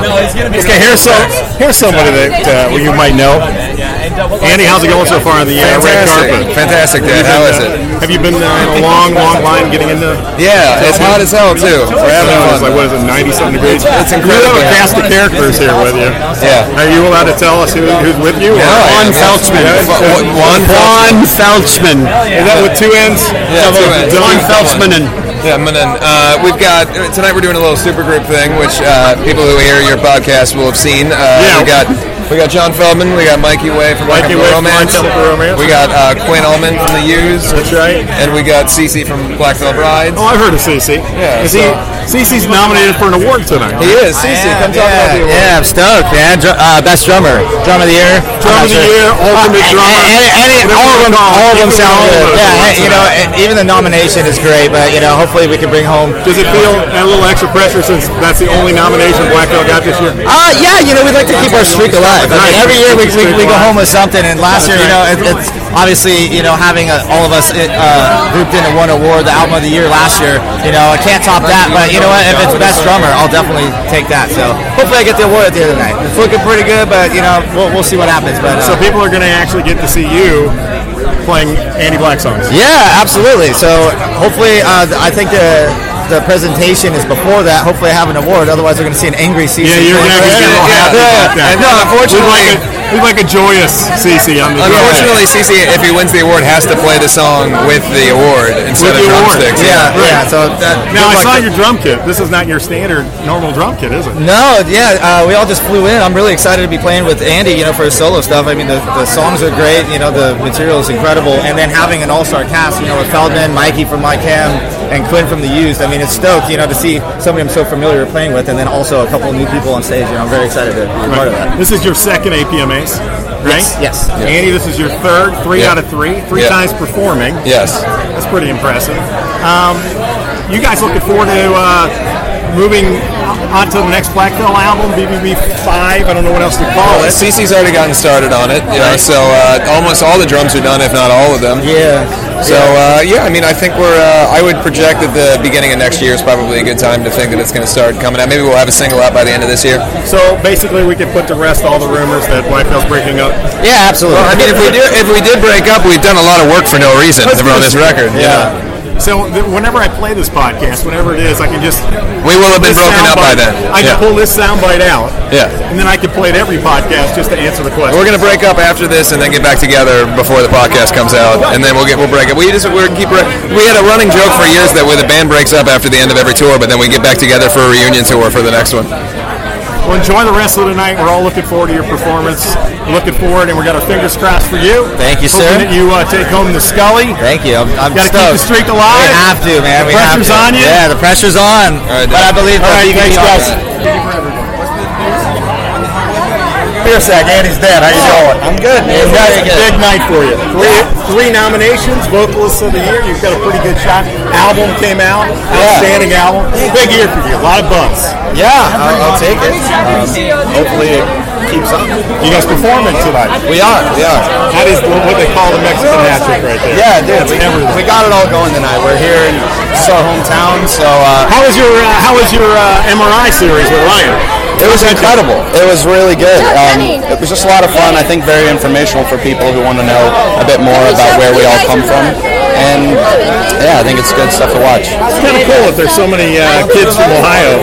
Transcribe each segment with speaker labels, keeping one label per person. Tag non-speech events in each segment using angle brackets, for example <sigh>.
Speaker 1: it's gonna be
Speaker 2: Okay, here's some here's somebody that uh, you might know.
Speaker 1: Yeah,
Speaker 3: uh,
Speaker 1: and double
Speaker 2: Andy, how's it going so far on the uh, red
Speaker 4: Fantastic,
Speaker 2: carpet?
Speaker 4: fantastic, Dad. How is it?
Speaker 2: Have you been uh, in a long, long line getting into?
Speaker 4: Yeah, it's hot as hell too. We're
Speaker 2: It's
Speaker 4: having fun.
Speaker 2: like what is it, ninety something degrees?
Speaker 4: It's
Speaker 2: We
Speaker 4: incredible.
Speaker 2: don't cast the characters here with you.
Speaker 4: Yeah.
Speaker 2: Are you allowed to tell us who, who's with you?
Speaker 4: Yeah, I am. Yeah. Juan- Juan Felchman.
Speaker 2: Felchman. Is that with two N's?
Speaker 4: Yeah, two N's.
Speaker 2: Juan
Speaker 4: Juan
Speaker 2: Felchman and
Speaker 4: Yeah, and then uh, we've got tonight. We're doing a little supergroup thing, which uh, people who hear your podcast will have seen. Uh,
Speaker 2: Yeah.
Speaker 4: We got we got John Feldman. We got Mikey Way from
Speaker 2: Mikey
Speaker 4: Rock and Blue
Speaker 2: Way from
Speaker 4: Romance.
Speaker 2: Rock and Blue Romance.
Speaker 4: We got uh, Quinn Ullman from the U's.
Speaker 2: That's right.
Speaker 4: And we got Cece from Black Veil Brides.
Speaker 2: Oh, I've heard of CC.
Speaker 4: Yeah,
Speaker 2: Is he? CC's nominated for an award tonight.
Speaker 4: He is Cece. Come talk about the award.
Speaker 5: Yeah, I'm stoked, man. Dr- uh, best drummer, drum of the year,
Speaker 2: Drum of the year, ultimate drummer.
Speaker 5: And, and, and
Speaker 2: Whatever
Speaker 5: all of
Speaker 2: you
Speaker 5: them,
Speaker 2: call it.
Speaker 5: all of them
Speaker 2: Even
Speaker 5: sound
Speaker 2: all
Speaker 5: good.
Speaker 2: of them
Speaker 5: Yeah,
Speaker 2: sound
Speaker 5: and, you know, and even the nomination is great, but you know, hopefully we can bring home.
Speaker 2: Does it feel a little extra pressure since that's the only nomination Black Belt got this year?
Speaker 5: Uh, yeah, you know, we'd like to keep our streak alive. I mean, every year we, we, we go home with something, and last year, you know, it, it's obviously, you know, having uh all of us it, uh, grouped into one award, the album of the year last year, you know, I can't top that, but you know what, if it's best drummer, I'll definitely take that, so hopefully I get the award at the end of the night. It's looking pretty good, but, you know, we'll, we'll see what happens, but... Uh,
Speaker 2: So people are going to actually get to see you playing Andy Black songs.
Speaker 5: Yeah, absolutely. So hopefully, uh, th- I think the the presentation is before that. Hopefully, I have an award. Otherwise, we're going to see an angry season.
Speaker 2: Yeah, you're going to be
Speaker 4: Yeah,
Speaker 2: real
Speaker 4: yeah,
Speaker 2: happy
Speaker 4: yeah.
Speaker 2: about that.
Speaker 4: And no,
Speaker 2: We'd like
Speaker 4: unfortunately-
Speaker 2: a, we'd like a joyous CC on the
Speaker 4: Unfortunately, Cece, if he wins the award, has to play the song with the award instead of
Speaker 2: With the award.
Speaker 4: drumsticks.
Speaker 5: yeah, yeah. So that,
Speaker 2: Now I
Speaker 5: good
Speaker 2: saw
Speaker 5: luck.
Speaker 2: your drum kit. This is not your standard normal drum kit, is it?
Speaker 5: No, yeah, uh, we all just flew in. I'm really excited to be playing with Andy, you know, for his solo stuff. I mean, the, the songs are great, you know, the material is incredible. And then having an all star cast, you know, with Feldman, Mikey from My Cam, and Quinn from The Used, I mean, it's stoked, you know, to see somebody I'm so familiar with playing with, and then also a couple of new people on stage, you know, I'm very excited to be a part of that.
Speaker 2: This is your second APMAs, right?
Speaker 5: Yes, yes.
Speaker 2: Andy, this is your third, three
Speaker 4: Yeah.
Speaker 2: out of three, three
Speaker 4: Yeah.
Speaker 2: times performing.
Speaker 4: Yes.
Speaker 2: That's pretty impressive. Um, you guys looking forward to uh, moving on to the next Blackville album, BBB 5, I don't know what else to call
Speaker 4: Well,
Speaker 2: it.
Speaker 4: Cece's already gotten started on it, you know,
Speaker 2: Right.
Speaker 4: so uh, almost all the drums are done, if not all of them.
Speaker 5: Yeah.
Speaker 4: So uh, yeah, I mean, I think we're. Uh, I would project that the beginning of next year is probably a good time to think that it's going to start coming out. Maybe we'll have a single out by the end of this year.
Speaker 2: So basically, we can put to rest all the rumors that Blackville's breaking up.
Speaker 5: Yeah, absolutely.
Speaker 4: I mean, if we do, if we did break up, we've done a lot of work for no reason
Speaker 2: Let's
Speaker 4: on this
Speaker 2: do-
Speaker 4: record.
Speaker 5: Yeah.
Speaker 2: So th- whenever I play this podcast, whenever it is, I can just.
Speaker 4: we will have been
Speaker 2: this
Speaker 4: broken up by
Speaker 2: soundbite-
Speaker 4: then.
Speaker 2: I
Speaker 4: yeah.
Speaker 2: can pull this soundbite out,
Speaker 4: yeah.
Speaker 2: and then I can play it every podcast just to answer the question.
Speaker 4: We're gonna break up after this, and then get back together before the podcast comes out, and then we'll get we'll break up. We just we're keep re- we had a running joke for years that where the band breaks up after the end of every tour, but then we get back together for a reunion tour for the next one.
Speaker 2: Well, enjoy the rest of the night. We're all looking forward to your performance. We're looking forward, and we got our fingers crossed for you.
Speaker 5: Thank you,
Speaker 2: Hoping
Speaker 5: sir.
Speaker 2: That you uh, take home the Scully.
Speaker 5: Thank you. I'm, I'm
Speaker 2: Gotta keep
Speaker 5: stoked.
Speaker 2: the streak alive.
Speaker 5: We have to, man. We
Speaker 2: Pressure's
Speaker 5: have to.
Speaker 2: on you?
Speaker 5: Yeah, the pressure's on.
Speaker 4: right,
Speaker 5: but
Speaker 4: Dad.
Speaker 5: I believe
Speaker 2: All
Speaker 5: that
Speaker 2: right,
Speaker 5: we can
Speaker 2: thanks,
Speaker 5: be
Speaker 2: guys.
Speaker 5: Beer sack, Andy's dead. How you doing? Oh, I'm good, man.
Speaker 2: Guys,
Speaker 5: Very
Speaker 2: a
Speaker 5: good.
Speaker 2: big night for you. Three, three nominations, vocalist of the year. You've got a pretty good shot. Album came out, outstanding album. Big year for you. A lot of buzz.
Speaker 5: Yeah, I'll, I'll take it. Um,
Speaker 2: Hopefully, it keeps up. You guys performing tonight?
Speaker 5: We are. We are.
Speaker 2: That is what they call the Mexican hat trick right there.
Speaker 5: Yeah, dude.
Speaker 2: That's
Speaker 5: We,
Speaker 2: everything.
Speaker 5: we got it all going tonight. We're here in it's our hometown, so uh,
Speaker 2: How was your uh, How was your uh, MRI series with Ryan?
Speaker 5: It was incredible. It was really good. Um, it was just a lot of fun. I think very informational for people who want to know a bit more about where we all come from. And yeah, I think it's good stuff to watch.
Speaker 2: It's kind of cool that there's so many uh, kids from Ohio.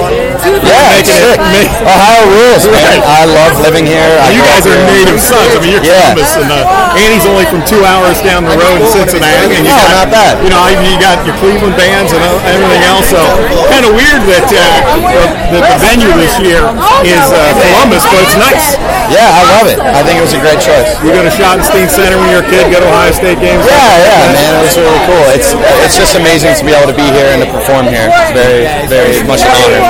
Speaker 5: Yeah, it's sick. Ohio rules, man. I love living here. I
Speaker 2: You guys
Speaker 5: love
Speaker 2: are
Speaker 5: here.
Speaker 2: native sons. I mean, you're
Speaker 5: Yeah.
Speaker 2: Columbus, and uh, Andy's only from two hours down the road in Cincinnati. And you
Speaker 5: No, not
Speaker 2: got,
Speaker 5: bad.
Speaker 2: You know, you got your Cleveland bands and uh, everything else. So kind of weird that uh, the, the venue this year is uh, Columbus, but it's nice.
Speaker 5: Yeah, I love it. I think it was a great choice.
Speaker 2: You go to Schottenstein Center when you're a kid, go to Ohio State games.
Speaker 5: Yeah, yeah, man, it was really cool. It's it's just amazing to be able to be here and to perform here. It's very, very much an honor.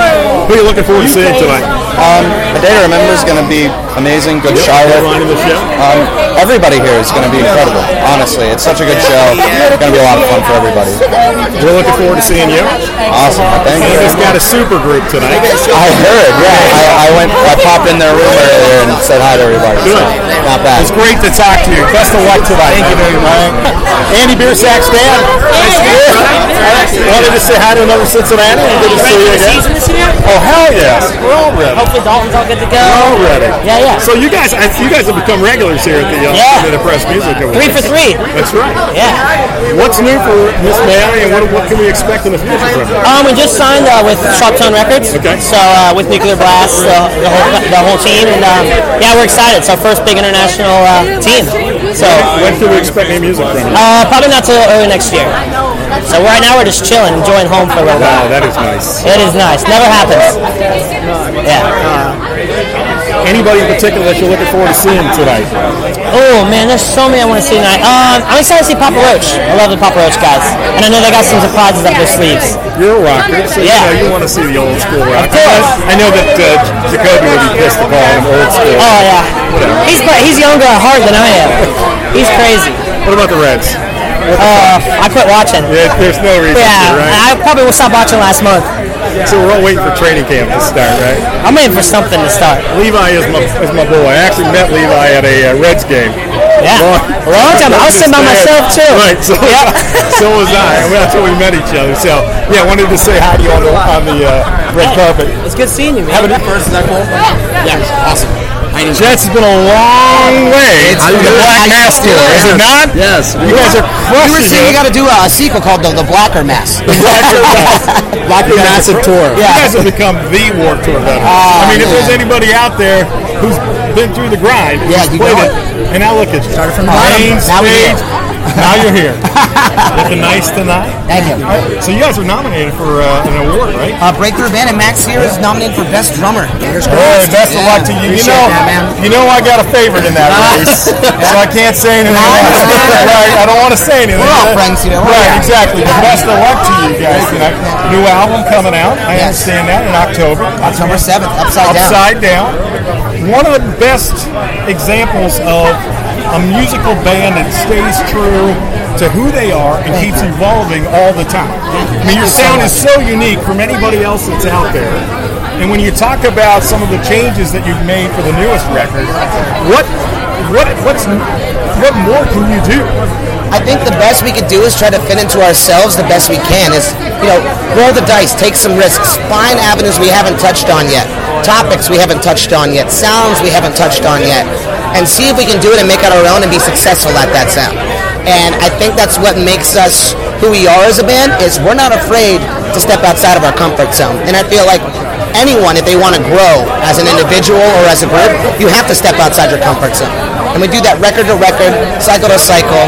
Speaker 2: Who are you looking forward to seeing tonight?
Speaker 5: Um, a day to remember is going to be
Speaker 1: amazing. Good
Speaker 2: Yep,
Speaker 1: Charlotte.
Speaker 2: line of the show.
Speaker 1: Um, everybody here is going to be incredible. Honestly, it's such a good show. It's going to be a lot of fun for everybody.
Speaker 2: We're looking forward to seeing you.
Speaker 1: Awesome. Thank you.
Speaker 2: Andy's got a super group tonight.
Speaker 1: I heard. Yeah, I, I went. I popped in their room earlier and said hi to everybody. So,
Speaker 2: Good.
Speaker 1: not bad.
Speaker 2: It's great to talk to you. Best of luck tonight. Thank you very much. Andy Biersack, Stan. Nice to meet
Speaker 1: <laughs>
Speaker 2: you. Wanted to say hi to another Cincinnati. Good to see you again.
Speaker 3: season this year?
Speaker 2: Oh hell yeah! We're all ready.
Speaker 3: Hopefully Dalton's all good to go.
Speaker 2: We're all ready.
Speaker 3: Yeah, yeah.
Speaker 2: So you guys, I- you guys have become regulars here at the uh,
Speaker 3: Yeah.
Speaker 2: Minute Press Music Awards.
Speaker 3: Three for three.
Speaker 2: That's right.
Speaker 3: Yeah.
Speaker 2: What's new for Miss Mary, and what, what can we expect in the future from her?
Speaker 3: Um, we just signed uh, with Sharptone Records.
Speaker 2: Okay.
Speaker 3: So uh, with Nuclear Blast, uh, the whole the whole team, and um, yeah, we're excited. It's our first big international uh, team. So
Speaker 2: When can we expect new music from her?
Speaker 3: uh, probably not till early next year. So right now we're just chilling, enjoying home for a little while.
Speaker 2: Wow, that is nice.
Speaker 3: It Uh, is nice. Never happens. Yeah.
Speaker 2: Anybody in particular that you're looking forward to seeing tonight?
Speaker 3: Oh man, there's so many I want to see tonight. Um, I'm excited to see Papa Roach. I love the Papa Roach guys, and I know they got some surprises up their sleeves.
Speaker 2: You're a rocker, so you
Speaker 3: Yeah.
Speaker 2: know you want to see the old school rock.
Speaker 3: course.
Speaker 2: I know that uh, Jacoby would be pissed if all the old school.
Speaker 3: Oh yeah, he's but he's younger at heart than I am. He's crazy.
Speaker 2: What about the Reds?
Speaker 3: Uh, I quit watching. Yeah,
Speaker 2: There- There's no reason to, right?
Speaker 3: I probably will stop watching last month.
Speaker 2: So we're all waiting for training camp to start, right?
Speaker 3: I'm in for something to start.
Speaker 2: Levi is my, is my boy. I actually met Levi at a uh, Reds game.
Speaker 3: Yeah, a long time. I was sitting by myself too.
Speaker 2: Right, so, <laughs> so was I. Well, that's when we met each other. So, yeah, wanted to say hi to you on the, on the uh, red carpet.
Speaker 3: It's good seeing you, man.
Speaker 5: First, is that cool? Yeah, awesome. I need
Speaker 2: Jets has been a long way.
Speaker 5: It's
Speaker 2: to
Speaker 5: been
Speaker 2: the
Speaker 5: a
Speaker 2: Black
Speaker 5: long-
Speaker 2: Mass dealer, is it not? <laughs>
Speaker 5: Yes.
Speaker 2: You guys are
Speaker 6: You were
Speaker 2: crushing
Speaker 6: saying you
Speaker 2: it.
Speaker 6: got to do a, a sequel called the, the Blacker Mass.
Speaker 5: <laughs> Blacker Massive Tour.
Speaker 2: You guys have become the war tour level. I mean, if
Speaker 6: Ah, man.
Speaker 2: there's anybody out there who's been through the grind,
Speaker 6: Yeah,
Speaker 2: who's
Speaker 6: you
Speaker 2: played
Speaker 6: know
Speaker 2: it, and now look at you. Started
Speaker 6: from the bottom,
Speaker 2: Main
Speaker 6: now we're
Speaker 2: stage, now you're
Speaker 6: <laughs>
Speaker 2: here. Looking nice tonight.
Speaker 6: Thank
Speaker 3: <laughs>
Speaker 6: you.
Speaker 2: So you guys were nominated for uh, an award, right?
Speaker 6: Uh, Breakthrough Band and Max here is nominated for Best Drummer. Fingers
Speaker 2: Hey,
Speaker 6: crossed.
Speaker 2: best of
Speaker 6: Yeah,
Speaker 2: luck to you. You
Speaker 6: appreciate
Speaker 2: know,
Speaker 6: that, man.
Speaker 2: you know, I got a favorite in that
Speaker 6: <laughs>
Speaker 2: race, so I can't say anything. else. right, I don't want to say anything.
Speaker 6: We're all friends, you know, we're
Speaker 2: Right,
Speaker 6: all-
Speaker 2: exactly. But best of luck to you guys tonight. New album coming out. I
Speaker 6: Yes.
Speaker 2: understand that in October.
Speaker 6: October 7th, Upside Down.
Speaker 2: Upside down. One of the best examples of a musical band that stays true to who they are and keeps evolving all the time. I mean, your sound is so unique from anybody else that's out there. And when you talk about some of the changes that you've made for the newest record, what what what's what more can you do?
Speaker 6: I think the best we could do is try to fit into ourselves the best we can. Is you know, roll the dice, take some risks, find avenues we haven't touched on yet, topics we haven't touched on yet, sounds we haven't touched on yet, and see if we can do it and make it our own and be successful at that sound. And I think that's what makes us who we are as a band is we're not afraid to step outside of our comfort zone. And I feel like anyone, if they want to grow as an individual or as a group, you have to step outside your comfort zone. And we do that record to record, cycle to cycle,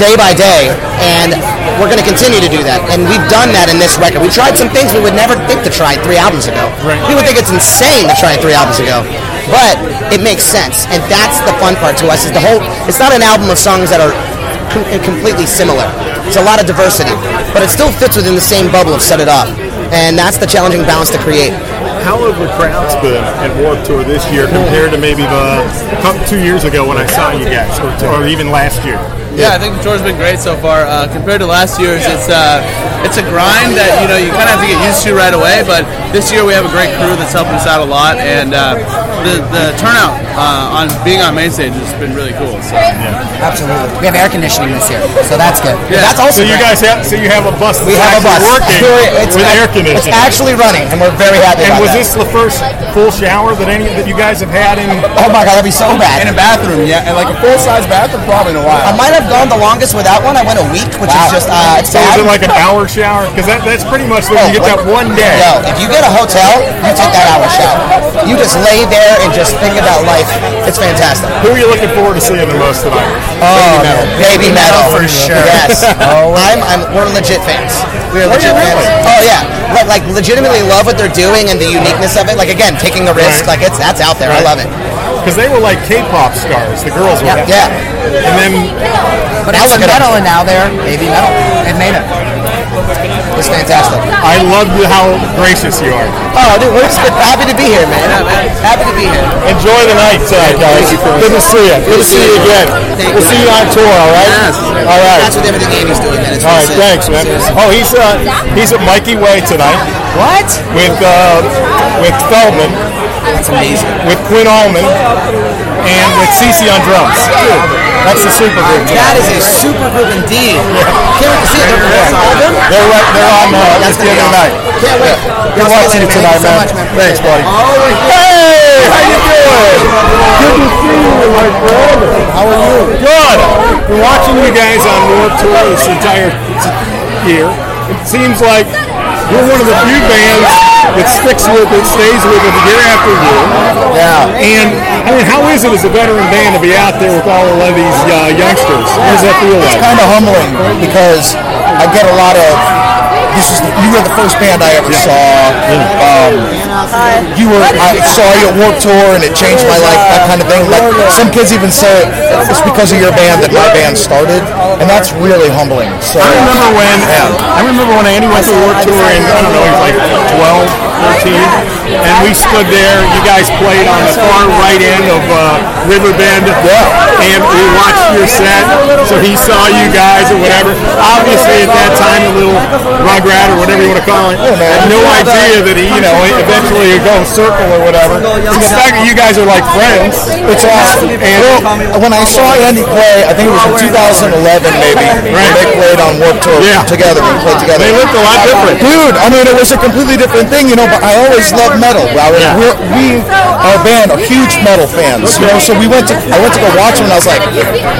Speaker 6: day by day. And we're going to continue to do that. And we've done that in this record. We tried some things we would never think to try three albums ago. Right. People think it's insane to try three albums ago. But it makes sense. And that's the fun part to us is the whole, it's not an album of songs that are com- completely similar. It's a lot of diversity. But it still fits within the same bubble of Set It Up. And that's the challenging balance to create.
Speaker 2: How have the crowds been at Warped Tour this year compared to maybe the couple- two years ago when I saw you guys, or, or even last year?
Speaker 7: Yeah, I think the tour's been great so far. Uh, compared to last year's, it's uh, it's a grind that you know you kind of have to get used to right away. But this year we have a great crew that's helping us out a lot, and uh, the the turnout uh, on being on main stage has been really cool. So
Speaker 6: Absolutely. We have air conditioning this year. So that's good. That's also
Speaker 2: So you
Speaker 6: great.
Speaker 2: guys have so you have a bus.
Speaker 6: We
Speaker 2: that's
Speaker 6: have a bus.
Speaker 2: actually working
Speaker 6: It's,
Speaker 2: with
Speaker 6: act-
Speaker 2: air
Speaker 6: It's
Speaker 2: conditioning.
Speaker 6: actually running, and we're very happy
Speaker 2: and
Speaker 6: about
Speaker 2: was
Speaker 6: that.
Speaker 2: this the first full shower that any that you guys have had in?
Speaker 6: oh my god, that'd be so bad.
Speaker 7: a bathroom, yeah, and like a full size bathroom probably in a
Speaker 6: I
Speaker 7: while.
Speaker 6: might have gone the longest without one. I went a week, which is just uh, it's
Speaker 2: So
Speaker 6: bad.
Speaker 2: was it like an hour shower? Because that, that's pretty much the you get that one day.
Speaker 6: Yo, if you get a hotel, you take that hour shower. You just lay there and just think about life. It's fantastic.
Speaker 2: Who are you looking forward to seeing the most tonight?
Speaker 6: Oh,
Speaker 2: metal.
Speaker 6: baby metal
Speaker 2: metal for sure. <laughs>
Speaker 6: Yes, I'm, I'm. We're legit fans. We are legit fans. Oh yeah, Like- like legitimately love what they're doing and the uniqueness of it. Like again, taking the risk.
Speaker 2: Right.
Speaker 6: Like it's that's out there. I love it.
Speaker 2: Because they were like K-pop stars. The girls were.
Speaker 6: Yeah,
Speaker 2: yeah. And then
Speaker 6: But now it's metal, and now they're baby metal. They've made it. was fantastic.
Speaker 2: I love you how gracious you are.
Speaker 6: Oh, dude, we're just <laughs> happy to be here, man. Happy to be here.
Speaker 2: Enjoy the night, uh, guys. Good to see you. Good to see you again.
Speaker 6: Thank
Speaker 2: We'll
Speaker 6: you.
Speaker 2: see you on tour, all right?
Speaker 6: Yes.
Speaker 2: All right.
Speaker 6: That's what everything Amy's doing, man. It's
Speaker 2: All right,
Speaker 6: really sick.
Speaker 2: thanks, man. Oh, he's uh, he's at Mikey Way tonight
Speaker 6: What?
Speaker 2: with uh, with Feldman,
Speaker 6: That's amazing.
Speaker 2: with Quinn Allman, and with Cece on drums. That's the super group.
Speaker 6: That is a super group indeed. Can't wait to see it.
Speaker 2: They're right. They're on uh,
Speaker 6: That's
Speaker 2: at the end of the night.
Speaker 6: Can't wait.
Speaker 2: Good
Speaker 6: Y'all see
Speaker 2: watching you
Speaker 6: later,
Speaker 2: tonight,
Speaker 6: Thank you
Speaker 2: man.
Speaker 6: so much, man.
Speaker 2: Thanks, buddy.
Speaker 6: Always
Speaker 2: Hey, how you doing? Good to see you, my friend. How are you? Good. Been watching you guys on Warped Tour this entire t- year. It seems like you're one of the few bands that sticks with it, stays with it year after year. Yeah. And I mean, how is it as a veteran band to be out there with all of these uh, youngsters? What does that feel
Speaker 8: It's
Speaker 2: like?
Speaker 8: kind of humbling because I get a lot of. This is you were the first band I ever saw. Um, you were I saw you at Warp Tour and it changed my life, that kind of thing. Like some kids even say it's because of your band that my band started, and that's really humbling. So
Speaker 2: I remember when I remember when Andy went to a war tour in I don't know, he was like 12, 13, and we stood there. You guys played on the far right end of uh, Riverbend, yeah. and we watched your set. So he saw you guys or whatever. Obviously, at that time, a little rugrat or whatever you want to call it, had no idea that he, you know, eventually would go circle or whatever. So the fact that you guys are like friends,
Speaker 8: It's awesome. Well, when I saw Andy play, I think it was in 2011 maybe. when They played on Warp Tour
Speaker 2: Yeah.
Speaker 8: together. We played together.
Speaker 2: They looked a lot different.
Speaker 8: Dude, I mean, it was a completely different thing, you know. But I always loved metal. I mean,
Speaker 2: Yeah.
Speaker 8: we're, we, our band, are huge metal fans. You know, so we went to I went to go watch him, and I was like,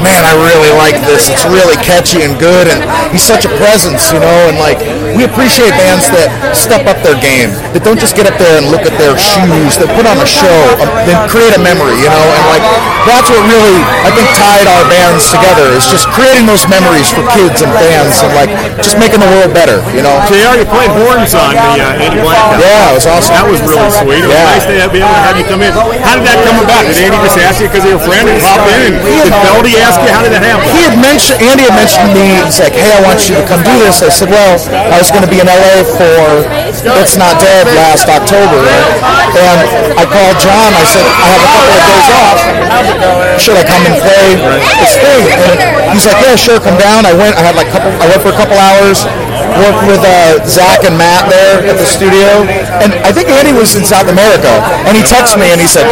Speaker 8: man, I really like this. It's really catchy and good, and he's such a presence, you know. And like, we appreciate bands that step up their game. That don't just get up there and look at their shoes. That put on a show. um, That create a memory, you know. And like, that's what really I think tied our bands together is just creating those memories for kids and bands, and like just making the world better, you know.
Speaker 2: So you already played horns on the uh, Andy Blackout.
Speaker 8: Yeah, it was awesome.
Speaker 2: That was really sweet. It was
Speaker 8: Yeah.
Speaker 2: nice to have- be able to have you come in. How did that come about? Did Andy just ask you because you're a friend and pop in? And did Beldy ask you? How did that happen?
Speaker 8: He had mentioned Andy had mentioned me. He's like, "Hey, I want you to come do this." I said, "Well, I was going to be in LA for It's Not Dead last October," and I called John. I said, "I have a couple of days off. Should I come and play this thing?" And he's like, "Yeah, sure, come down." I went. I had like couple. I went for a couple hours. Worked with uh, Zach and Matt there at the studio, and I think Andy was in South America, and he texted me and he said,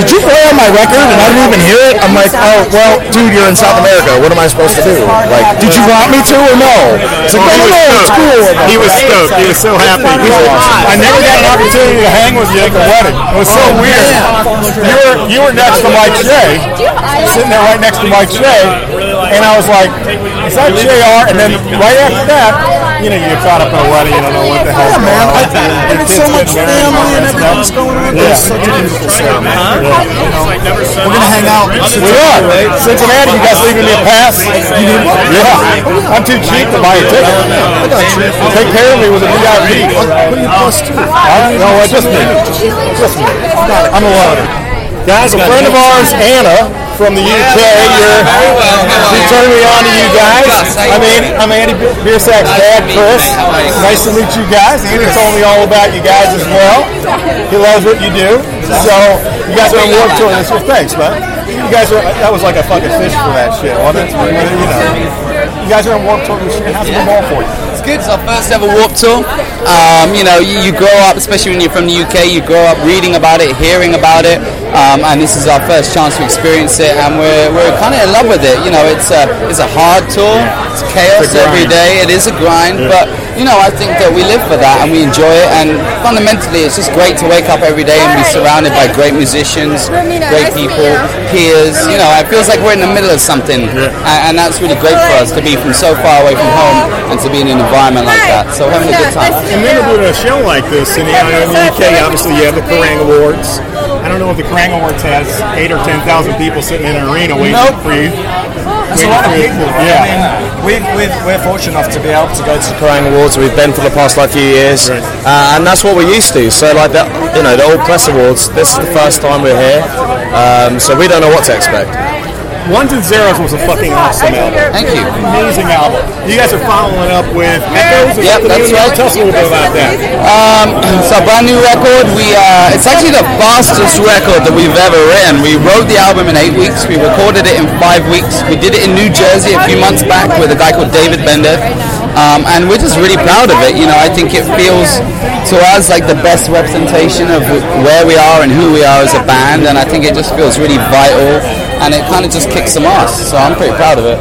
Speaker 8: "Did you play on my record?" And I didn't even hear it. I'm like, "Oh, well, dude, you're in South America. What am I supposed to do? Like, did you want me to or no?" It's like, "No, no, it's cool."
Speaker 2: He was stoked. He was so happy. He was like, I never got an opportunity to hang with you at the wedding. It was so weird. You were you were next to Mike Shea, sitting there right next to Mike Shea, and I was like, is that JR? And then right after that, you know, you're caught up in a wedding. You don't know what the hell.
Speaker 8: Yeah, man. I,
Speaker 2: Your
Speaker 8: and it's
Speaker 2: kids
Speaker 8: so much
Speaker 2: getting
Speaker 8: family and
Speaker 2: married, that's
Speaker 8: everything's
Speaker 2: nothing.
Speaker 8: going on.
Speaker 2: Yeah.
Speaker 8: It's such a beautiful sound. We're gonna hang out.
Speaker 2: We are. Cincinnati, you guys leaving me a pass? Yeah. I'm too cheap to buy a ticket.
Speaker 8: I got you.
Speaker 2: Take care of me with a VIP.
Speaker 8: What, what are you plus two?
Speaker 2: I, no, I just me. Just me. I'm a loner. Guys, a friend of ours, Anna, from the UK, you're, she turned me on to you guys. I'm Andy, I'm Andy Biersack's dad, Chris. Nice to meet you guys. Andy told me all about you guys as well. He loves what you do. So, you guys are on Warped Tour this year. Thanks, man. You guys are, that was like a fucking fish for that shit, wasn't it? You know. You guys are on Warped Tour this year. How's it been all for you?
Speaker 9: It's good. It's our first ever Warped Tour. Um, you know, you, you grow up, especially when you're from the UK, you grow up reading about it, hearing about it, um, and this is our first chance to experience it, and we're, we're kind of in love with it. You know, it's a, it's a hard tour. It's chaos
Speaker 2: It's a grind.
Speaker 9: every day. It is a grind, but, you know, I think that we live for that, and we enjoy it, and fundamentally, it's just great to wake up every day and be surrounded by great musicians, great people, peers. You know, it feels like we're in the middle of something, and, and that's really great for us to be from so far away from home and to be in an environment like that. So we're having a good time.
Speaker 2: And then to do a show like this, and you know, in the UK, obviously you have the Kerrang Awards. I don't know if the Kerrang Awards has eight or ten thousand people sitting in an arena waiting for you. That's
Speaker 8: a lot of people.
Speaker 2: Yeah.
Speaker 8: We've, we've, we're fortunate enough to be able to go to the Kerrang Awards. We've been for the past like few years, uh, and that's what we're used to. So like the, you know the All Press Awards. This is the first time we're here, um, so we don't know what to expect.
Speaker 2: Ones and Zeros was a fucking awesome album.
Speaker 9: Thank you.
Speaker 2: Amazing album. You guys are following up with Echoes. or
Speaker 9: Yep,
Speaker 2: something
Speaker 9: that's
Speaker 2: new.
Speaker 9: right.
Speaker 2: Tell us a little bit about that.
Speaker 9: Um, it's our brand new record. We uh, it's actually the fastest record that we've ever written. We wrote the album in eight weeks. We recorded it in five weeks. We did it in New Jersey a few months back with a guy called David Bender, um, and we're just really proud of it. You know, I think it feels to us like the best representation of where we are and who we are as a band, and I think it just feels really vital. And it kind of just kicks some ass, so I'm pretty proud of it.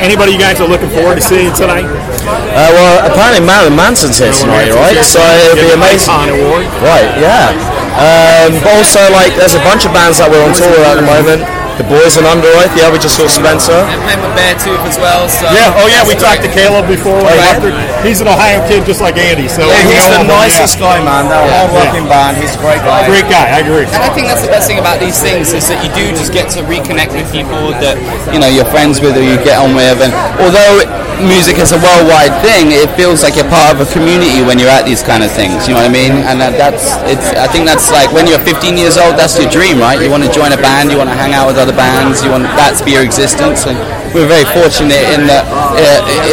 Speaker 2: Anybody you guys are looking forward to seeing tonight?
Speaker 5: Uh, well, apparently Marilyn Manson's here tonight, right? So it'll be
Speaker 2: Get the
Speaker 5: amazing.
Speaker 2: Icon Award.
Speaker 5: Right, yeah. Um, but also, like, there's a bunch of bands that we're on tour with at the moment. The Boys in Under Earth, yeah, we just saw Spencer.
Speaker 9: I'm playing with Bear Tooth as well, so
Speaker 2: Yeah, oh yeah, we talked to Caleb before.
Speaker 5: Oh,
Speaker 2: we
Speaker 5: yeah.
Speaker 2: left her. He's an Ohio kid just like Andy,
Speaker 5: Oh,
Speaker 2: so
Speaker 5: Yeah,
Speaker 2: we
Speaker 5: he's
Speaker 2: know
Speaker 5: the
Speaker 2: him, yeah.
Speaker 5: nicest guy, man. That hard-working band. He's a great guy.
Speaker 2: Great guy, I agree.
Speaker 9: And I think that's the best thing about these things is that you do just get to reconnect with people that you know you're friends with or you get on with. And although music is a worldwide thing, it feels like you're part of a community when you're at these kind of things. You know what I mean? And that, that's it's. I think that's like when you're 15 years old, that's your dream, right? You want to join a band, you want to hang out with other bands, you want that to be your existence. And we're very fortunate in that uh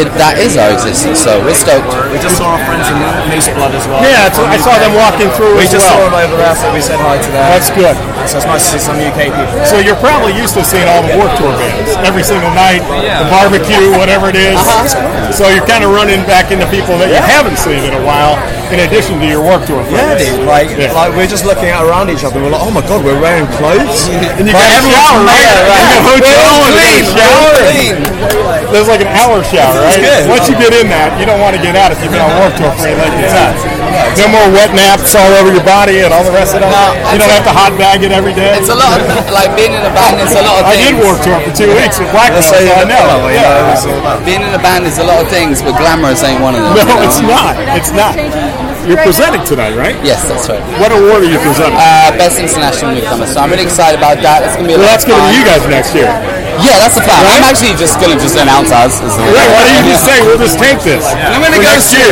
Speaker 9: it, that is our existence. So we're stoked.
Speaker 5: We just saw our friends in Moose Blood as well.
Speaker 2: Yeah, it's- I saw them walking through
Speaker 5: We
Speaker 2: as
Speaker 5: just saw
Speaker 2: well.
Speaker 5: them over there, so we said hi to them.
Speaker 2: That's good.
Speaker 5: So it's nice to see some UK people.
Speaker 2: So you're probably used to seeing all the work tour bands every single night, the barbecue, whatever it is.
Speaker 5: Uh-huh,
Speaker 2: So you're kind of running back into people that you haven't seen in a while, in addition to your work tour
Speaker 5: Yeah,
Speaker 2: friends.
Speaker 5: dude. Like,
Speaker 2: Yeah.
Speaker 5: like we're just looking out around each other. We're like, oh my god, we're wearing clothes.
Speaker 2: <laughs> And you
Speaker 5: Like,
Speaker 2: got a
Speaker 5: everyone's
Speaker 2: shower, right?
Speaker 5: mad, right?
Speaker 2: <laughs> In the hotel, and
Speaker 5: We're
Speaker 2: there's
Speaker 5: all clean,
Speaker 2: a shower.
Speaker 5: we're all clean.
Speaker 2: There's like an hour shower, right?
Speaker 5: good.
Speaker 2: Once you get in that, you don't want to get out if you've been on work tour for like it's out. No more wet naps all over your body and all the rest of that.
Speaker 9: No,
Speaker 2: you don't have to hot bag it every day.
Speaker 9: It's a lot of like being in a band. It's a lot of
Speaker 2: I did
Speaker 9: things.
Speaker 2: work tour for two weeks at Blackville,
Speaker 5: That's
Speaker 2: so
Speaker 5: how you
Speaker 2: I
Speaker 5: know.
Speaker 2: know.
Speaker 5: you know, it's all about-
Speaker 9: Being in a band is a lot of things, but glamorous ain't one of them.
Speaker 2: <laughs> <laughs> No,
Speaker 9: you know?
Speaker 2: it's not. It's not. You're presenting tonight, right?
Speaker 9: Yes, that's right.
Speaker 2: What award are you presenting?
Speaker 9: Uh, best international newcomer. So I'm really excited about that. It's gonna be a
Speaker 2: well,
Speaker 9: lot
Speaker 2: that's
Speaker 9: of
Speaker 2: going to
Speaker 9: fun.
Speaker 2: be you guys next year.
Speaker 9: Yeah, that's the plan. I'm actually just gonna just announce us. As
Speaker 2: Right? Why don't you just say we'll just take this?
Speaker 9: I'm gonna go see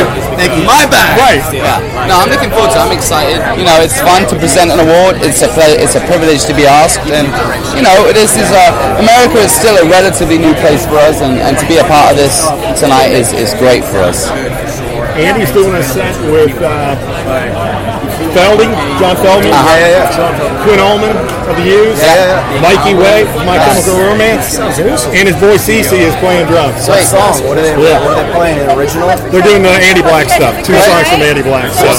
Speaker 9: my band.
Speaker 2: Right.
Speaker 9: Yeah. No, I'm looking forward to. it. I'm excited. You know, it's fun to present an award. It's a ple- it's a privilege to be asked, and you know, this is uh, America is still a relatively new place for us, and, and to be a part of this tonight is, is great for us.
Speaker 2: Andy's doing a set with uh, Felding, John Felding,
Speaker 9: Uh-huh. Yeah, yeah,
Speaker 2: Quinn Allman of the U's,
Speaker 9: Yeah, yeah, yeah. Uh-huh.
Speaker 2: Mikey Way, from My Chemical Romance, and his boy Cece is playing drums.
Speaker 9: Great.
Speaker 5: Songs. What are they? What are they playing? The original.
Speaker 2: They're doing the Andy Black stuff, two songs from Andy Black. So,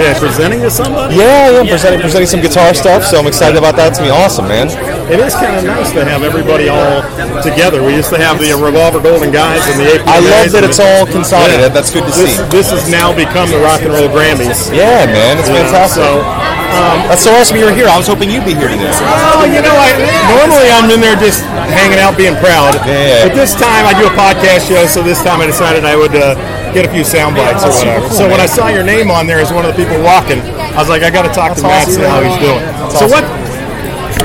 Speaker 2: yeah, presenting to somebody.
Speaker 1: Yeah, yeah, I'm presenting, presenting some guitar stuff, so I'm excited about that. It's gonna be awesome, man.
Speaker 2: It is kind of nice to have everybody all together. We used to have the Revolver Golden guys and the AP
Speaker 1: I love
Speaker 2: guys
Speaker 1: that
Speaker 2: and
Speaker 1: it's all consolidated.
Speaker 2: Yeah.
Speaker 1: That's good to
Speaker 2: This,
Speaker 1: see.
Speaker 2: this has now become the Rock and Roll Grammys.
Speaker 1: Yeah, man, it's
Speaker 2: You know,
Speaker 1: fantastic.
Speaker 2: So,
Speaker 5: um,
Speaker 1: That's so awesome you're here. I was hoping you'd be here today.
Speaker 2: Oh, you know, I, normally I'm in there just hanging out, being proud.
Speaker 1: Yeah.
Speaker 2: But this time I do a podcast show, so this time I decided I would uh, get a few sound bites or whatever. so when I saw your name on there as one of the people walking, I was like, I got to talk to Matt see how he's doing. so what?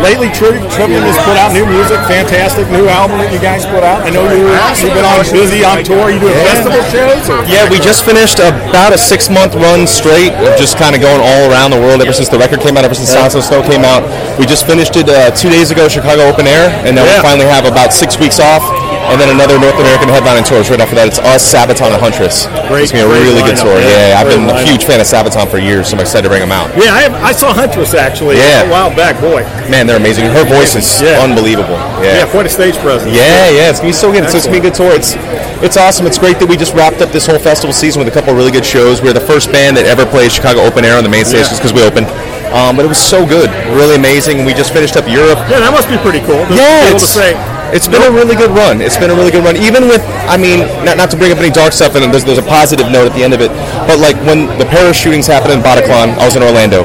Speaker 2: Lately, Tri- Trivium has put out new music, fantastic new album that you guys put out. I know you were, you've been on busy on tour. You doing festival shows? Or?
Speaker 1: Yeah, we just
Speaker 5: uh,
Speaker 1: finished about a six month run straight of just kind of going all around the world ever since the record came out, ever since Sounds of Snow came out. We just finished it uh, two days ago, Chicago Open Air, and then we
Speaker 2: Yeah.
Speaker 1: finally have about six weeks off, and then another North American headlining tour right after that. It's us, Sabaton, and Huntress.
Speaker 2: Great-
Speaker 1: it's going to be a
Speaker 2: great
Speaker 1: really good tour.
Speaker 2: lineup, yeah.
Speaker 1: Yeah, I've
Speaker 2: Great
Speaker 1: been a
Speaker 2: lineup.
Speaker 1: huge fan of Sabaton for years, so I'm excited to bring them out.
Speaker 2: Yeah, I, have, I saw Huntress actually
Speaker 1: Yeah.
Speaker 2: a while back. Boy,
Speaker 1: Man, they're amazing. Her voice is
Speaker 2: Yeah.
Speaker 1: unbelievable.
Speaker 2: yeah, quite a stage presence.
Speaker 1: Yeah, yeah, it's gonna be so good. So it's gonna be a good tour. It's it's awesome. It's great that we just wrapped up this whole festival season with a couple of really good shows. We're the first band that ever played Chicago Open Air on the main stage
Speaker 2: Yeah.
Speaker 1: just because we opened. Um, but it was so good, really amazing. And we just finished up Europe.
Speaker 2: yeah, that must be pretty cool. to
Speaker 1: Yeah,
Speaker 2: be able to
Speaker 1: it's-
Speaker 2: say
Speaker 1: it's been a really good run. It's been a really good run. Even with, I mean, not, not to bring up any dark stuff, and there's, there's a positive note at the end of it, but like when the Paris shootings happened in Bataclan, I was in Orlando.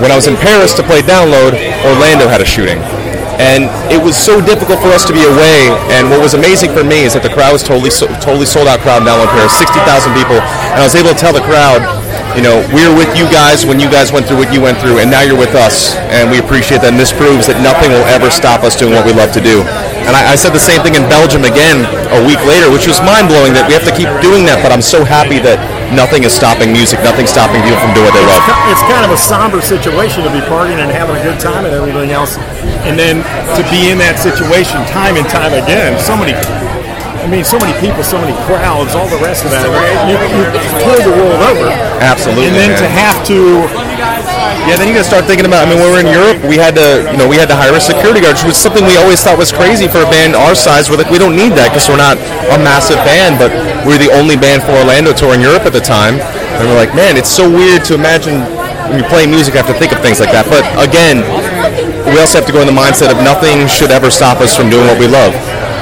Speaker 1: When I was in Paris to play Download, Orlando had a shooting. And it was so difficult for us to be away. And what was amazing for me is that the crowd was totally so, totally sold out crowd in Download Paris, 60,000 people. And I was able to tell the crowd, you know, we were with you guys when you guys went through what you went through, and now you're with us. And we appreciate that. And this proves that nothing will ever stop us doing what we love to do. And I, I said the same thing in Belgium again a week later, which was mind blowing that we have to keep doing that. But I'm so happy that nothing is stopping music, nothing's stopping people from doing what they love.
Speaker 2: It's kind of a somber situation to be partying and having a good time and everything else, and then to be in that situation time and time again. So many, I mean, so many people, so many crowds, all the rest of that. You, you clear the world over,
Speaker 1: Absolutely.
Speaker 2: and then
Speaker 1: man.
Speaker 2: to have to
Speaker 1: Yeah, then you gotta start thinking about. I mean, when we were in Europe, we had to, you know, we had to hire a security guard, which was something we always thought was crazy for a band our size. We're like, we don't need that because we're not a massive band, but we're the only band for Orlando tour in Europe at the time. And we're like, man, it's so weird to imagine when you're playing music, I have to think of things like that. But again, we also have to go in the mindset of nothing should ever stop us from doing what we love.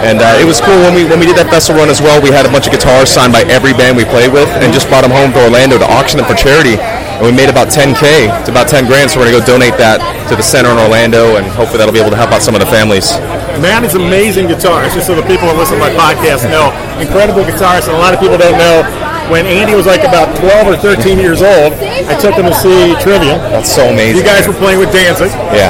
Speaker 1: And uh, it was cool when we when we did that festival run as well. We had a bunch of guitars signed by every band we played with, and just brought them home to Orlando to auction them for charity and we made about 10k. It's about 10 grand, so we're gonna go donate that to the center in Orlando, and hopefully that'll be able to help out some of the families.
Speaker 2: Man is amazing guitarist, just so the people that listen to my podcast know. Incredible guitarist, and a lot of people don't know. When Andy was like about 12 or 13 years old, I took him to see Trivium.
Speaker 1: That's so amazing.
Speaker 2: You guys were playing with Danzig,
Speaker 1: yeah,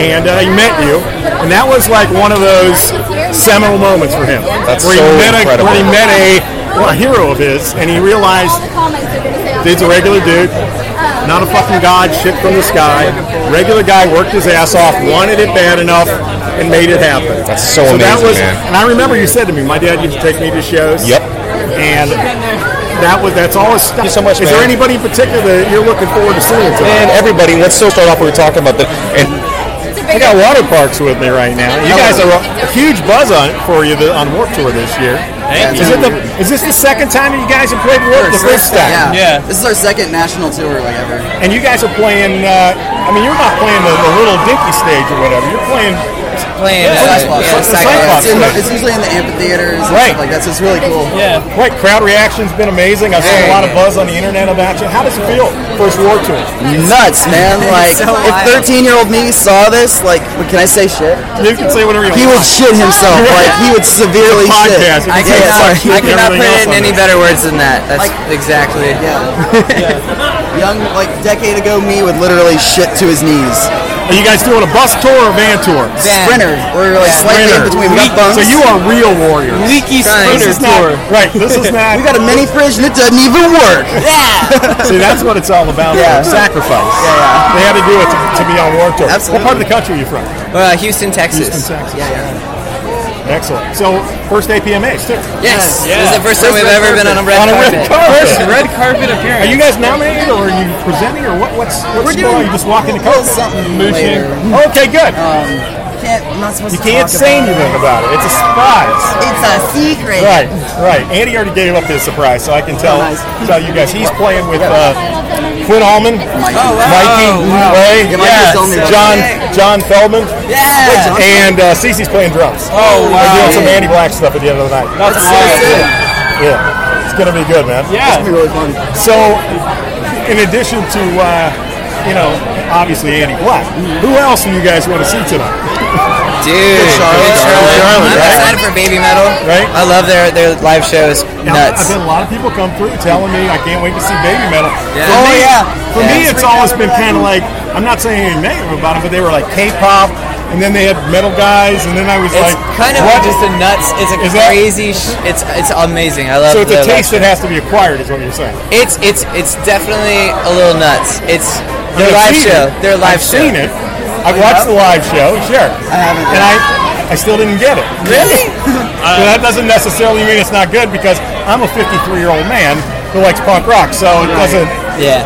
Speaker 2: and uh, he met you, and that was like one of those seminal moments for him.
Speaker 1: That's
Speaker 2: where
Speaker 1: so
Speaker 2: he met a,
Speaker 1: incredible.
Speaker 2: Where he met a, well, a hero of his, and he realized Dude's a regular dude. Not a fucking god, shit from the sky. Regular guy worked his ass off, wanted it bad enough, and made it happen.
Speaker 1: That's so
Speaker 2: so
Speaker 1: amazing,
Speaker 2: that was,
Speaker 1: man.
Speaker 2: And I remember you said to me, my dad used to take me to shows.
Speaker 1: Yep.
Speaker 2: And that was that's all. Thank
Speaker 1: you so much,
Speaker 2: Is
Speaker 1: man.
Speaker 2: there anybody in particular that you're looking forward to seeing?
Speaker 1: and
Speaker 2: Tonight?
Speaker 1: everybody, let's still start off. We were talking about that, and
Speaker 2: I got water parks with me right now. You guys are a huge buzz on for you the- on Warp Tour this year. Thank is, It the, is this the second time that you guys have played Warp? The first time.
Speaker 7: Yeah.
Speaker 9: This is our second national tour, like ever.
Speaker 2: And you guys are playing. Uh, I mean, you're not playing the, the little dinky stage or whatever. You're playing.
Speaker 9: Playing Cyclops.
Speaker 2: yeah, Cyclops.
Speaker 9: It's, in the- it's usually in the amphitheaters and
Speaker 2: Right.
Speaker 9: stuff like that, so it's really cool.
Speaker 7: Yeah.
Speaker 2: Right, crowd reaction's been amazing. I've seen a lot of buzz on the internet about you. How does it feel? First Warp Tour.
Speaker 9: Nuts, man. Like,
Speaker 5: so
Speaker 9: if
Speaker 5: wild.
Speaker 9: 13 year old me saw this, like, what can I say shit?
Speaker 2: You can say whatever you
Speaker 9: He would
Speaker 2: want.
Speaker 9: shit himself. Like, he would severely shit.
Speaker 2: Podcast.
Speaker 9: I
Speaker 2: Yeah, sorry.
Speaker 9: cannot, I cannot
Speaker 2: Everything
Speaker 9: put
Speaker 2: else
Speaker 9: it in
Speaker 2: on
Speaker 9: any
Speaker 2: that.
Speaker 9: better words than that. That's exactly. Yeah. Young, like, decade ago me would literally shit to his knees.
Speaker 2: Are you guys doing a bus tour or a van tour?
Speaker 9: Sprinter. We're like slightly in
Speaker 2: Sprinter.
Speaker 9: between. We got bunks.
Speaker 2: So you are real warriors.
Speaker 9: leaky
Speaker 2: This is not, right. This is not.
Speaker 9: We got a mini fridge and it doesn't even work.
Speaker 2: See, that's what it's all about.
Speaker 9: Yeah.
Speaker 2: Sacrifice. Yeah, yeah. They had to do it to, to be on war tour. What
Speaker 9: Absolutely.
Speaker 2: part of the country are you from?
Speaker 9: Uh, Houston, Texas.
Speaker 2: Texas. Yeah, yeah. Excellent. So, first APMH, too.
Speaker 9: Yes. This is the first time we've ever been on a red
Speaker 2: On a
Speaker 9: carpet.
Speaker 2: red carpet. First
Speaker 9: red carpet
Speaker 2: Are
Speaker 9: appearance.
Speaker 2: you guys nominated, or are you presenting, or what? What's what's
Speaker 9: We're
Speaker 2: going on? You
Speaker 9: doing-
Speaker 2: just walk in the
Speaker 9: we'll-
Speaker 2: carpet.
Speaker 9: something
Speaker 2: Mooching?
Speaker 9: later. Uh,
Speaker 2: Okay, good.
Speaker 9: Can't, I'm not supposed
Speaker 2: you can't say anything about it. It's a surprise.
Speaker 9: It's a secret.
Speaker 2: Right, right. Andy already gave up his surprise, so I can tell
Speaker 9: Oh, nice.
Speaker 2: tell you guys. He's playing with uh, Quinn Allman,
Speaker 9: Oh, wow.
Speaker 2: Mikey,
Speaker 9: wow.
Speaker 2: Ray,
Speaker 9: Yeah,
Speaker 2: yeah,
Speaker 9: Mikey's on there.
Speaker 2: John
Speaker 9: Sick.
Speaker 2: John Feldman.
Speaker 9: Yeah.
Speaker 2: And uh, Cece's playing drums.
Speaker 9: Oh, wow.
Speaker 2: We're doing some Andy Black stuff at the end of the night.
Speaker 9: That's awesome.
Speaker 2: Yeah, it's gonna be good, man.
Speaker 9: It's gonna be really fun.
Speaker 2: So, in addition to uh, you know, obviously Andy Black, who else do you guys want to see tonight?
Speaker 9: Dude,
Speaker 2: Charlotte. Good Charlotte,
Speaker 9: I'm
Speaker 2: right?
Speaker 9: excited for Baby Metal.
Speaker 2: Right.
Speaker 9: I love their their live shows.
Speaker 2: Now, I've
Speaker 9: Nuts.
Speaker 2: had a lot of people come through telling me I can't wait to see Baby Metal. For
Speaker 9: Yeah. Oh,
Speaker 2: me,
Speaker 9: yeah.
Speaker 2: For
Speaker 9: Yeah.
Speaker 2: me, it's always been kind of like I'm not saying anything negative about them, but they were like K-pop, and then they had metal guys, and then I was
Speaker 5: It's
Speaker 2: like,
Speaker 5: kind of
Speaker 2: what?
Speaker 5: just a nuts. It's a
Speaker 2: Is that-
Speaker 5: crazy. Sh- it's it's amazing. I love.
Speaker 2: so it's
Speaker 5: the
Speaker 2: a taste that has to be acquired, is what you're saying.
Speaker 5: It's it's it's definitely a little nuts. It's their
Speaker 2: I've
Speaker 5: live
Speaker 2: seen
Speaker 5: show.
Speaker 2: it.
Speaker 5: Their live
Speaker 2: I've
Speaker 5: show.
Speaker 2: seen it. I've watched the live show, sure. I
Speaker 9: haven't.
Speaker 2: And I, I still didn't get it. <laughs> Really? that doesn't necessarily mean it's not good because I'm a 53 year old man who likes punk rock, so it doesn't.
Speaker 5: Yeah.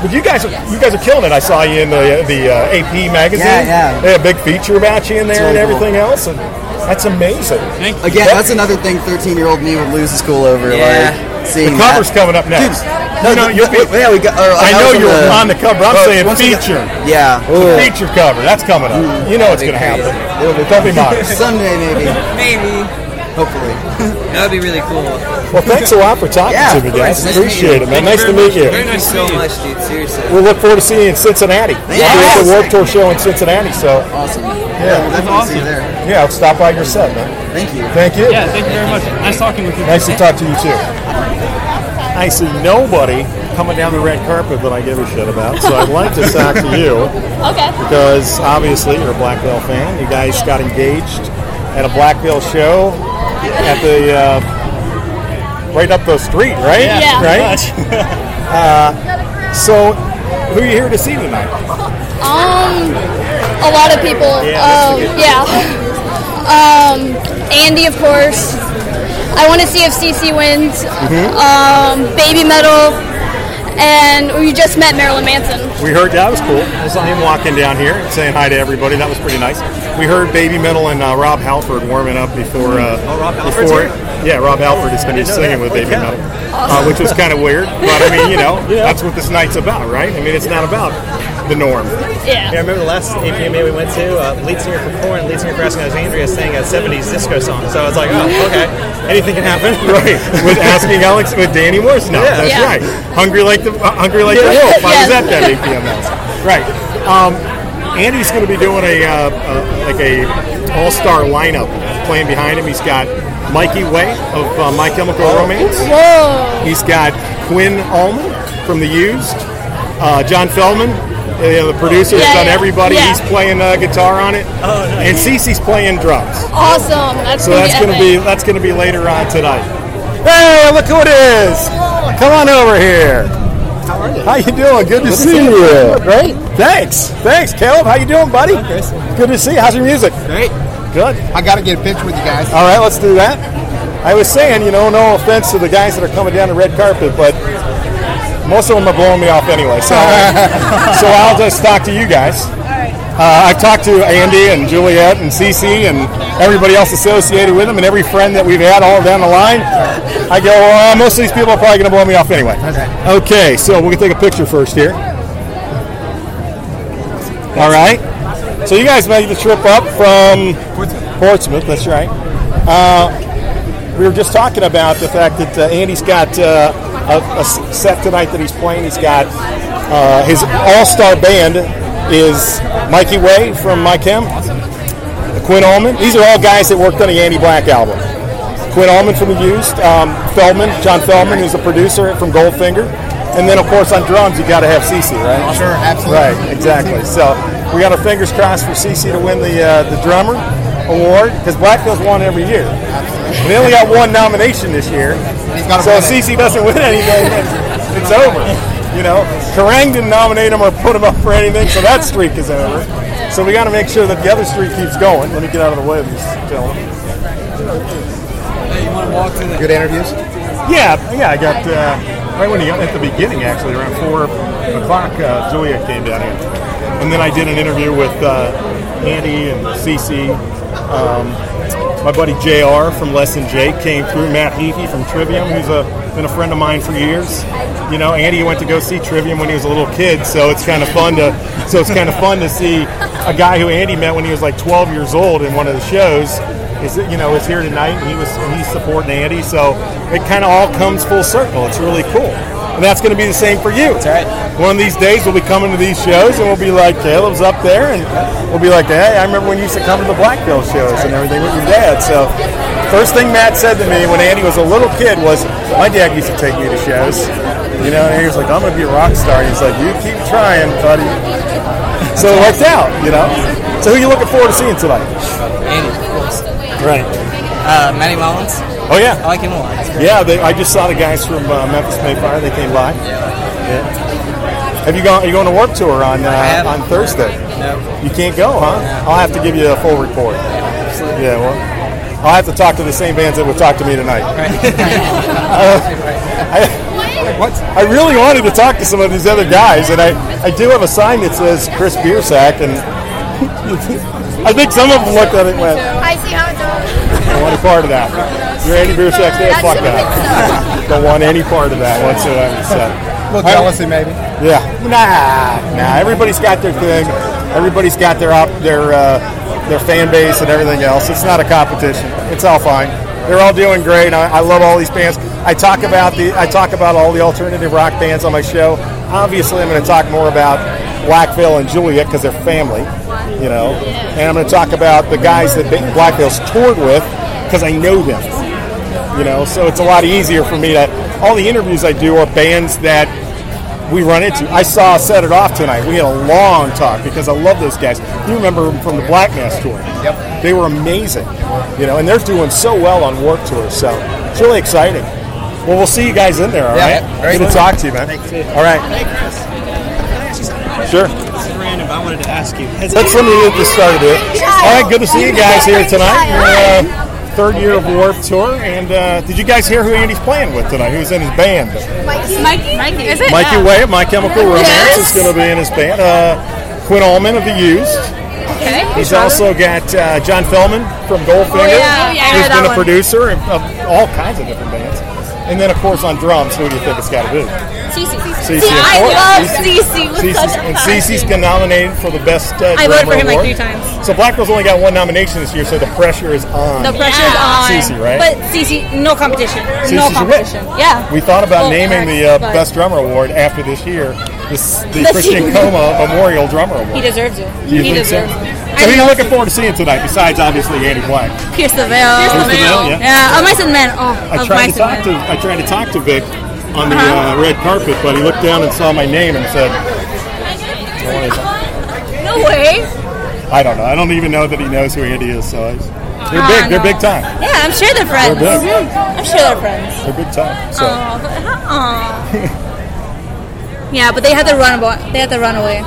Speaker 2: But you guys, are, you guys are killing it. I saw you in the the uh, AP magazine.
Speaker 9: Yeah, yeah.
Speaker 2: They had a big feature about you in there and
Speaker 9: really
Speaker 2: everything else, and that's amazing.
Speaker 9: Again, that's another thing 13 year old me would lose his cool over.
Speaker 5: Yeah.
Speaker 9: Like, seeing
Speaker 2: The cover's
Speaker 9: that.
Speaker 2: coming up next.
Speaker 9: No,
Speaker 2: you know,
Speaker 9: the-
Speaker 2: you'll be,
Speaker 9: yeah, we got, or,
Speaker 2: I
Speaker 9: that
Speaker 2: know
Speaker 9: was
Speaker 2: you're on the cover. I'm
Speaker 9: Oh,
Speaker 2: saying
Speaker 9: once we got-
Speaker 2: feature.
Speaker 9: Yeah.
Speaker 2: The feature cover. That's coming up. you know it's going to happen. Don't be modest.
Speaker 9: Someday, maybe.
Speaker 5: Maybe
Speaker 9: Hopefully.
Speaker 5: that would be really cool.
Speaker 2: <laughs> Well, thanks a lot for talking
Speaker 9: Yeah,
Speaker 2: to me,
Speaker 9: of
Speaker 2: guys.
Speaker 9: course. Nice
Speaker 2: Appreciate it, man. Nice to meet you.
Speaker 5: Thank you so much, dude. Seriously.
Speaker 2: We'll look forward to seeing you in Cincinnati.
Speaker 9: you.
Speaker 2: We're at the Warped Tour show in Cincinnati, so
Speaker 9: Awesome. Yeah, we'll definitely see you there.
Speaker 2: yeah, I'll stop by your set, man.
Speaker 9: Thank you.
Speaker 2: Thank you.
Speaker 7: Yeah, thank you very much. Nice talking with you.
Speaker 2: Nice to talk to you too. I see nobody coming down the red carpet that I give a shit about, so I'd like to talk to you
Speaker 10: Okay.
Speaker 2: because obviously you're a Black Veil fan. You guys got engaged at a Black Veil show at the uh, right up the street, right?
Speaker 10: Yeah.
Speaker 2: Right? <laughs> uh, so, who are you here to see tonight?
Speaker 10: Um, a lot of people. Um, yeah. Um, Andy, of course. I want to see if CC wins.
Speaker 2: Mm-hmm.
Speaker 10: Um, Baby Metal, and we just met Marilyn Manson.
Speaker 2: We heard that was cool. I saw him walking down here and saying hi to everybody. That was pretty nice. We heard Baby Metal and uh, Rob Halford warming up before. Uh, oh, Rob
Speaker 11: Halford's
Speaker 2: before,
Speaker 11: here?
Speaker 2: Yeah, Rob Halford is going to be singing with Baby Metal, uh, which was kind of weird. But I mean, you know, that's what this night's about, right? I mean, it's not about the norm.
Speaker 10: Yeah.
Speaker 11: I remember the last APMA we went to, uh, lead singer for Korn, lead singer for Asking Alexandria sang a 70s disco song. So I was like, oh, okay, anything can happen.
Speaker 2: <laughs> Right, with asking Alex with Danny Morse now.
Speaker 11: Yeah.
Speaker 2: That's
Speaker 11: Yeah.
Speaker 2: right. Hungry like the uh, hungry like the
Speaker 11: Yeah.
Speaker 2: wolf. I was
Speaker 11: Yeah.
Speaker 2: at that APMS. Right. Um, Andy's going to be doing a, uh, uh like a all star lineup playing behind him. He's got Mikey Way of uh, My Chemical
Speaker 11: Oh.
Speaker 2: Romance.
Speaker 10: Whoa.
Speaker 2: He's got Quinn Allman from The Used. Uh, John Feldman, uh, you know, the producer, has
Speaker 10: Yeah,
Speaker 2: done
Speaker 10: yeah.
Speaker 2: everybody.
Speaker 10: Yeah.
Speaker 2: He's playing uh, guitar on it, oh, and Cece's playing drums.
Speaker 10: Awesome. That's
Speaker 2: So
Speaker 10: gonna
Speaker 2: that's
Speaker 10: be
Speaker 2: going to be
Speaker 10: epic.
Speaker 2: that's going to be later on tonight. Hey, look who it is! Come on over here. How are you? How you doing? Good, to see you. Great. Thanks. Thanks, Caleb. How you doing, buddy? Good to see you. How's your music? Great. Good. I got to get a picture with you guys. All right, let's do that. I was saying, you know, no offense to the guys that are coming down the red carpet, but most of them are blowing me off anyway. <laughs> So, so I'll just talk to you guys. Uh, I've talked to Andy and Juliet and Cece and everybody else associated with them and every friend that we've had all down the line. I go, well, uh, most of these people are probably going to blow me off anyway. Okay. Okay, so we can take a picture first here. All right. So you guys made the trip up from Portsmouth. that's right. Uh, we were just talking about the fact that uh, Andy's got uh, a, a s- set tonight that he's playing. He's got uh, his all-star band is Mikey Way from My Chem, Quinn Allman. These are all guys that worked on the Andy Black album. Quinn Allman from the Used, um, Feldman, John Feldman, who's a producer from Goldfinger, and then of course on drums you got to have Cece, right? Sure, absolutely. Right, exactly. So we got our fingers crossed for Cece to win the uh, the drummer award because Blackfield's won every year. We only got one nomination this year,
Speaker 8: gotta
Speaker 2: so
Speaker 8: win
Speaker 2: if
Speaker 8: it.
Speaker 2: Cece doesn't win anything,
Speaker 8: <laughs>
Speaker 2: it's, it's over. You know, Kerrang didn't nominate him or put him up for anything, so that streak is over. So we got to make sure that the other streak keeps going. Let me get out of the way of this gentleman.
Speaker 12: Good interviews.
Speaker 2: Yeah, yeah, I got uh, right when he at the beginning actually around four o'clock. Uh, Julia came down here, and then I did an interview with uh, Andy and Cece. Um, my buddy Jr. from Less Than Jake came through. Matt Heafy from Trivium, who's a, been a friend of mine for years. You know, Andy went to go see Trivium when he was a little kid, so it's kind of fun to so it's kind of fun to see a guy who Andy met when he was like 12 years old in one of the shows is you know is here tonight. And he was he's supporting Andy, so it kind of all comes full circle. It's really cool, and that's going to be the same for you. That's right. One of these days we'll be coming to these shows, and we'll be like Caleb's up there, and we'll be like, hey, I remember when you used to come to the Black Bill shows and everything with your dad. So first thing Matt said to me when Andy was a little kid was, my dad used to take me to shows. You know, and he was like, I'm going to be a rock star. He's like, you keep trying, buddy. So it worked out, you know. So who you looking forward to seeing tonight?
Speaker 13: Andy, of course.
Speaker 2: Right.
Speaker 13: Uh, Manny Mullins.
Speaker 2: Oh yeah.
Speaker 13: I like him a lot.
Speaker 2: Yeah, they, I just saw the guys from uh, Memphis Mayfire. They came by. Yeah. Have you gone? Are you going to Warp Tour on uh, on Thursday?
Speaker 13: No.
Speaker 2: You can't go, huh? I'll have to give you a full report. Yeah. Well, I'll have to talk to the same bands that would talk to me tonight.
Speaker 13: <laughs>
Speaker 2: I, what? I really wanted to talk to some of these other guys, and I, I do have a sign that says Chris Biersack, and <laughs> I think some of them looked at it and went,
Speaker 10: I see how it's
Speaker 2: don't want any part of that. You're Andy Biersack, stay the fuck <laughs> out. Don't want any part of that whatsoever. So.
Speaker 12: A little jealousy, maybe.
Speaker 2: Yeah. Nah, nah. Everybody's got their thing. Everybody's got their op- their uh, their fan base and everything else. It's not a competition. It's all fine. They're all doing great. I, I love all these bands. I talk about the I talk about all the alternative rock bands on my show. Obviously, I'm going to talk more about Blackville and Juliet because they're family, you know. And I'm going to talk about the guys that Ba- Blackville's toured with because I know them you know so it's a lot easier for me to all the interviews i do are bands that we run into i saw set it off tonight we had a long talk because i love those guys you remember them from the black mass tour yep they were amazing you know and they're doing so well on warp tour so it's really exciting Well, we'll see you guys in there. All
Speaker 11: Yeah.
Speaker 2: right.
Speaker 11: Very
Speaker 2: Good
Speaker 11: good.
Speaker 2: to talk to you, man. All right.
Speaker 11: Hey, Chris. Can I ask you something?
Speaker 2: Sure.
Speaker 11: This is random. but I wanted to ask you. Has
Speaker 2: Let's let me get this started here. All right, good to see you guys here tonight. We're, uh, third year of Warped Tour, and uh, did you guys hear who Andy's playing with tonight? Who's in his band?
Speaker 14: Mikey? Mikey? Is it?
Speaker 2: uh, Mikey
Speaker 14: Oh.
Speaker 2: Way of My Chemical Romance
Speaker 14: Yes.
Speaker 2: is going to be in his band. Uh, Quinn Allman of The Used.
Speaker 14: Okay.
Speaker 2: He's also got uh, John Fellman from Goldfinger.
Speaker 14: Oh, yeah. Oh, yeah, I
Speaker 2: He's
Speaker 14: heard
Speaker 2: been
Speaker 14: that
Speaker 2: a
Speaker 14: one.
Speaker 2: producer of of all kinds of different bands. And then, of course, on drums, who do you think it's got to be?
Speaker 14: Cece.
Speaker 2: Cece.
Speaker 14: See, I love
Speaker 2: Cece.
Speaker 14: Cece. With
Speaker 2: Cece's,
Speaker 14: such a
Speaker 2: and
Speaker 14: passion.
Speaker 2: Cece's been nominated for the best. Uh,
Speaker 14: I voted
Speaker 2: drummer
Speaker 14: for him, like,
Speaker 2: award.
Speaker 14: three times.
Speaker 2: So Black Girls only got one nomination this year, so the pressure is on.
Speaker 14: The pressure's on.
Speaker 2: Cece, right?
Speaker 14: But Cece, no competition.
Speaker 2: Cece
Speaker 14: no
Speaker 2: should win.
Speaker 14: competition. Yeah.
Speaker 2: we thought about
Speaker 14: Well,
Speaker 2: naming
Speaker 14: Eric,
Speaker 2: the uh,
Speaker 14: but
Speaker 2: best drummer award after this year, this, the
Speaker 14: <laughs> The
Speaker 2: Christian
Speaker 14: Cece-
Speaker 2: Coma Memorial Drummer Award.
Speaker 14: He deserves it.
Speaker 2: Do you
Speaker 14: he
Speaker 2: think so?
Speaker 14: deserves it.
Speaker 2: So who are you looking forward to seeing tonight, besides obviously Andy Black?
Speaker 14: Pierce the veil.
Speaker 2: Pierce the veil, yeah.
Speaker 14: of mice and men. Oh,
Speaker 2: I
Speaker 14: of Uh-huh.
Speaker 2: tried to
Speaker 14: mice
Speaker 2: talk
Speaker 14: and
Speaker 2: to
Speaker 14: men.
Speaker 2: I tried to talk to Vic on the uh, red carpet, but he looked down and saw my name and said, "Don't worry about
Speaker 14: No way.
Speaker 2: it." "I don't know. I don't even know that he knows who Andy is." So he's, they're
Speaker 14: Ah,
Speaker 2: big. They're
Speaker 14: no.
Speaker 2: big time.
Speaker 14: Yeah, I'm sure they're friends.
Speaker 2: They're big.
Speaker 14: I'm sure they're friends.
Speaker 2: They're big time. So
Speaker 14: Oh, but
Speaker 2: <laughs>
Speaker 14: how? Aw. yeah, but they had to run. abo- They had to run away.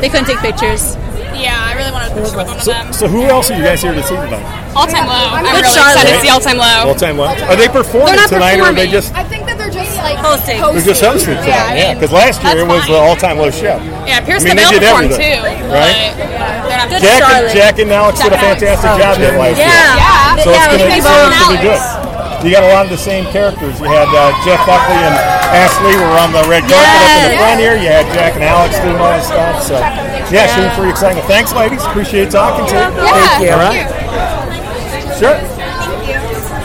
Speaker 14: They couldn't take pictures.
Speaker 15: Yeah, I really want to picture with one of them.
Speaker 14: Oh.
Speaker 2: so who else are you guys here to see tonight?
Speaker 15: All time low. I'm
Speaker 14: Good
Speaker 15: really
Speaker 14: Charlotte.
Speaker 15: excited to see all time low.
Speaker 14: Oh.
Speaker 2: All time low. Are they performing tonight, or are they just
Speaker 15: I think that they're just like
Speaker 14: hosting.
Speaker 2: they're just hosting tonight? Yeah, because last year it was the all time low show.
Speaker 15: Yeah, Pierce
Speaker 2: I mean,
Speaker 15: the
Speaker 2: they
Speaker 15: Veil
Speaker 2: did
Speaker 15: performed
Speaker 2: everything,
Speaker 15: too.
Speaker 2: right?
Speaker 15: But they're not
Speaker 2: Jack and, Jack and Alex did a fantastic job that last
Speaker 15: Yeah. Yeah.
Speaker 2: year. So
Speaker 15: Yeah,
Speaker 2: it's going
Speaker 15: they
Speaker 2: to
Speaker 15: did
Speaker 2: it's
Speaker 15: both.
Speaker 2: gonna be good. You got a lot of the same characters. You had uh, Jeff Buckley and Ashley were on the red carpet up in the front here. You had Jack and Alex doing all this stuff. So, yeah, should be pretty exciting. Thanks, ladies. Appreciate talking to you.
Speaker 14: Yeah,
Speaker 2: All right. Sure.